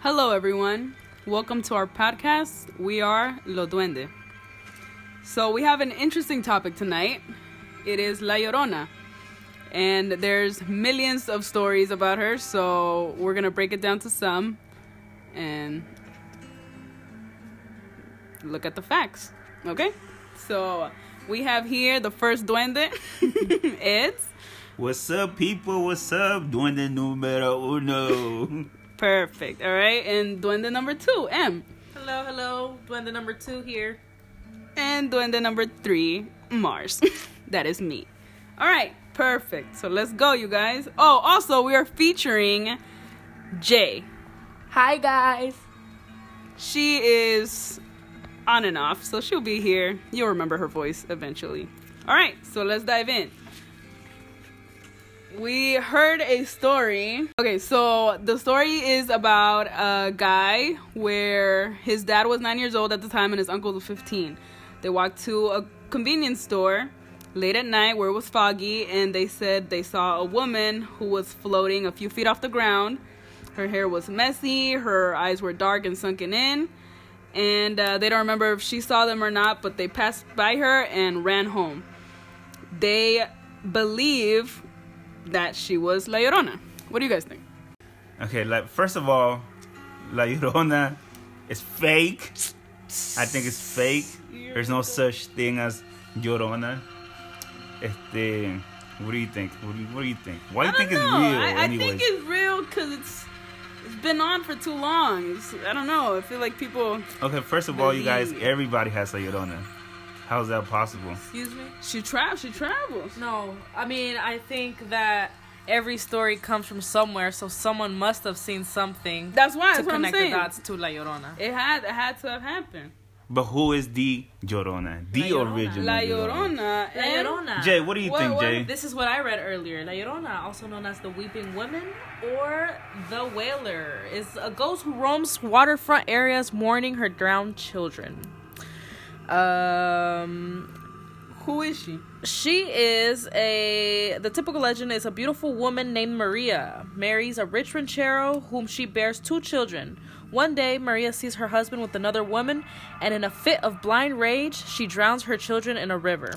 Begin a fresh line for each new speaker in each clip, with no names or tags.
Hello, everyone. Welcome to our podcast. We are Lo Duende. So, we have an interesting topic tonight. It is La Llorona. And there's millions of stories about her, so we're going to break it down to some and look at the facts. Okay? So, we have here the first duende. it's
What's up, people? What's up? Duende número uno.
perfect. All right? And duende number 2, M.
Hello, hello. Duende number two here.
And duende number three, Mars. that is me. All right, perfect. So let's go, you guys. Oh, also, we are featuring Jay.
Hi, guys.
She is on and off, so she'll be here. You'll remember her voice eventually. All right, so let's dive in. We heard a story. Okay, so the story is about a guy where his dad was nine years old at the time and his uncle was 15. They walked to a convenience store late at night where it was foggy and they said they saw a woman who was floating a few feet off the ground. Her hair was messy, her eyes were dark and sunken in, and uh, they don't remember if she saw them or not, but they passed by her and ran home. They believe that she was La Llorona. What do you guys think?
okay, like first of all, La Llorona is fake. I think it's fake. There's no such thing as Llorona. Este, what do you think? What do you, what do you think? Why do you think it's real?
I, I
anyways?
think it's real because it's it's been on for too long. It's- I don't know. I feel like people.
okay, first of all, you guys,
believe.
everybody has La Llorona. How's that possible?
Excuse me?
She travels. She travels.
No, I mean, I think that every story comes from somewhere, so someone must have seen something
That's why.
to
That's what I'm
connect the
saying.
dots to La Llorona.
It had. It had to have happened.
But who is the Llorona? The
La Llorona.
original.
La Llorona.
La
and-
Llorona.
Jay, what do you
What-
think,
what-
Jay?
This is what I read earlier. La Llorona, also known as the Weeping Woman or the Wailer, is a ghost who roams waterfront areas mourning her drowned children. Um,
Who is she?
She is a. The typical legend is a beautiful woman named Maria marries a rich ranchero whom she bears two children. One day, Maria sees her husband with another woman, and in a fit of blind rage, she drowns her children in a river,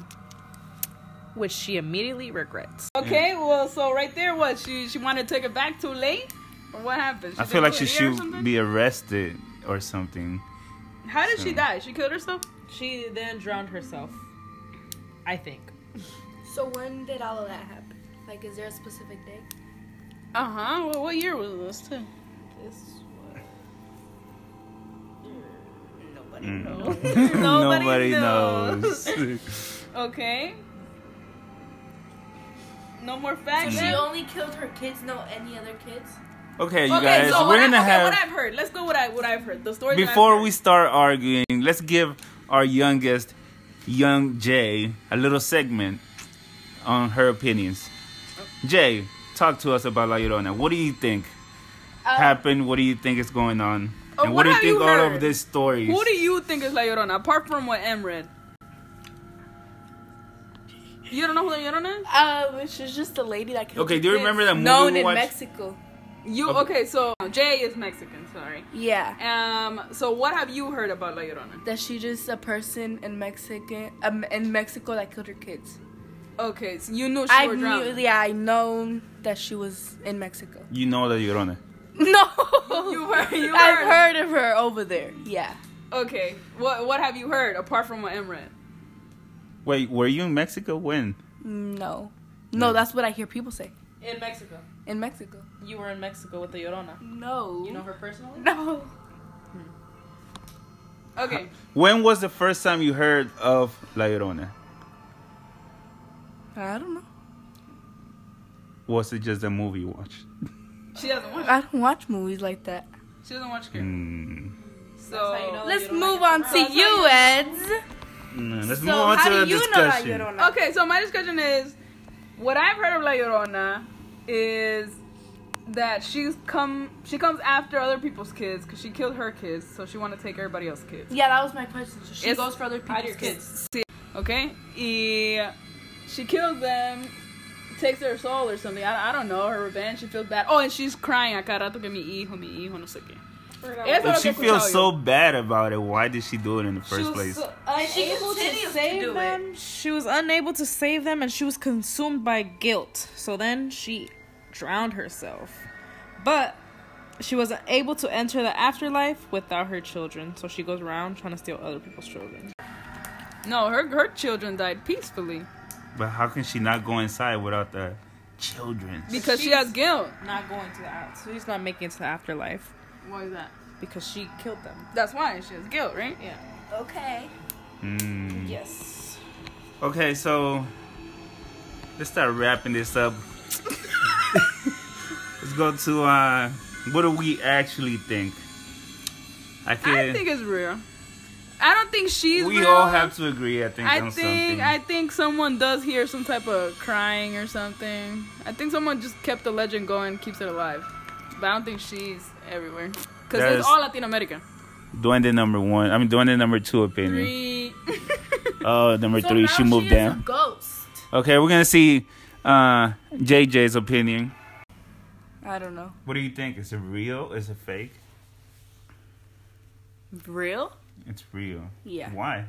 which she immediately regrets.
Okay, well, so right there, what she she wanted to take it back too late, or what happened?
I feel like she
didn't do it here or
should
something?
be arrested or something.
How did she die? She killed herself.
She then drowned herself. I think.
So when did all of that happen? Like, is there a specific day?
Uh huh. Well, what year was this? Too?
This
Nobody
Mm.
knows.
Nobody knows.
okay. No more
So
facts.
she
then?
only killed her kids, no any other kids.
okay, you
okay,
guys,
so
we're
what,
gonna
I, okay,
have
what I've heard. Let's go. What I what I've heard. The story.
before we start arguing. Let's give our youngest, young Jay, a little segment on her opinions. Jay, talk to us about La Llorona. What do you think happened? What do you think is going on?
Uh, what
and what, do you
have you
think all
heard?
of these stories?
Who do you think is La Llorona? Apart from what Em read. You don't know who La Llorona is?
Um, she's just the lady that killed.
Okay,
her
do you
kids,
remember that movie
Known
we
in
watched?
Mexico.
You
Okay.
okay? So Jay is Mexican. Sorry.
Yeah,
Um. So what have you heard about La Llorona?
that she just a person in Mexican um, in Mexico that killed her kids.
Okay. So you knew she
I
was
knew,
drowning.
yeah, I know that she was in Mexico.
you know La Llorona?
No,
You heard- you
I've
heard.
heard of her over there. Yeah,
Okay. What What have you heard apart from what Em read?
Wait, were you in Mexico when?
Mm, no,
Mm.
no, that's what I hear people say
In Mexico.
in Mexico.
You were in Mexico with the Llorona.
No,
You know her personally?
no.
Okay.
When was the first time you heard of La Llorona?
I don't know.
Was it just a movie you watched?
She doesn't watch.
I don't watch movies like that.
She doesn't watch. Care.
Mm.
So
how you know
Let's
Llorona
move
gets
on
around.
to you, Eds.
No, let's
So
move on
how
to the
do you
discussion.
know that Llorona?
Okay, so my discussion is what I've heard of La Llorona is that she's come she comes after other people's kids because she killed her kids, so she want to take everybody else's kids.
Yeah, that was my question. So she
It's-
goes for other
Hide
people's
your
kids.
kids.
See, okay, y she kills them, takes their soul or something. I, I don't know her revenge. She feels bad. Oh, and she's crying. A cada rato que mi hijo, mi hijo, no sé qué. Eso es
If she
lo que he
feels so
escuchado
bad about it, why did she do it in the first place?
was so unable
was
to
hideous to
save
do it.
them. She was unable to save them, and she was consumed by guilt. So then she drowned herself, but she was able to enter the afterlife without her children. So she goes around trying to steal other people's children.
yo. No, her her children died peacefully
But how can she not go inside without the children?
because she
She's-
has guilt.
Not going to the out. So she's not making it to the afterlife
Why is that?
because she killed them.
That's why she has guilt, right?
Yeah.
Okay.
Mm.
Yes.
Okay, so let's start wrapping this up. let's go to uh, what do we actually think? I
I
can.
think it's real. I don't think she's.
we
real.
all have to agree. I think
I
on
think
something.
I think someone does hear some type of crying or something. I think someone just kept the legend going, keeps it alive. But I don't think she's everywhere because
That
it's
is-
all Latin America.
Duende number one. I mean, Duende number two opinion.
Three.
Oh, number three. She moved down.
ghost.
Okay, we're gonna see uh, JJ's opinion.
I don't know.
What do you think? Is it real? Is it fake?
Real?
It's real.
Yeah.
Why?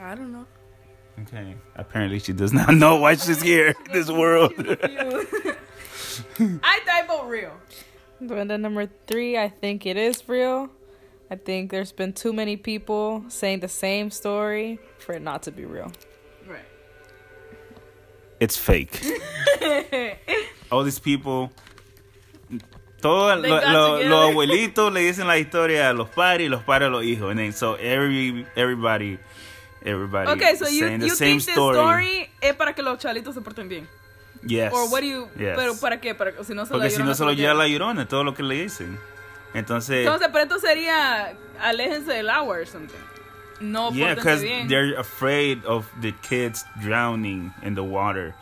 I don't know.
Okay. Apparently, she does not know why she's here. in this world.
I I vote real.
And then number three, I think it is real. I think there's been too many people saying the same story for it not to be real.
Right.
it's fake. All these people. Todo
They
lo,
got
lo-
together.
los abuelitos le dicen la historia a los padres y los padres a los hijos. And then, so every, everybody, everybody
Okay, so you
saying the
you
same
think this story es para que los chalitos se porten bien.
Yes.
Or what do you?
Yes.
Pero para qué? Para si no se
Porque
la
si no
llorona
se lo
porten
lleva
bien.
la llorona, todo lo que le dicen. Entonces,
Entonces, pero esto sería aléjense del agua or something. No,
yeah,
because
because they're afraid of the kids drowning in the water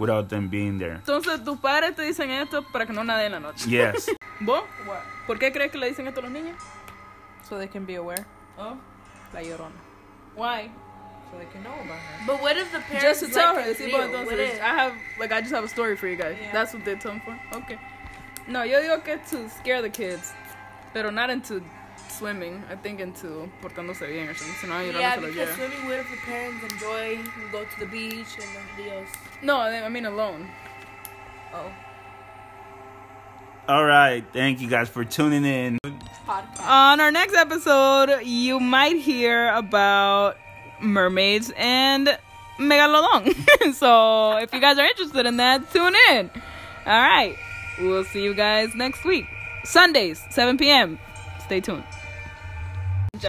without them being there.
Entonces tus padres te dicen esto para que no naden en la noche.
Yes.
¿Vos? ¿Por qué crees que le dicen esto a los niños?
So they can be aware.
Oh,
La Llorona.
why?
So they can know about her.
But what if the parents
Just to tell her.
like,
Sí,
real?
pues, entonces,
What if-
I have, like, I just have a story for you guys.
Yeah.
That's what they tell them for. Okay. No, yo digo que to scare the kids, pero not into swimming. I think into portándose bien or something. Si no, yo
Yeah,
no se lo
because
llevo.
swimming with the parents enjoy, you go to the beach and nobody else.
No, I mean alone.
Oh,
All right. Thank you guys for tuning in.
podcast.
On our next episode, you might hear about mermaids and megalodon. so if you guys are interested in that, tune in. All right. We'll see you guys next week. Sundays, 7 p.m. Stay tuned.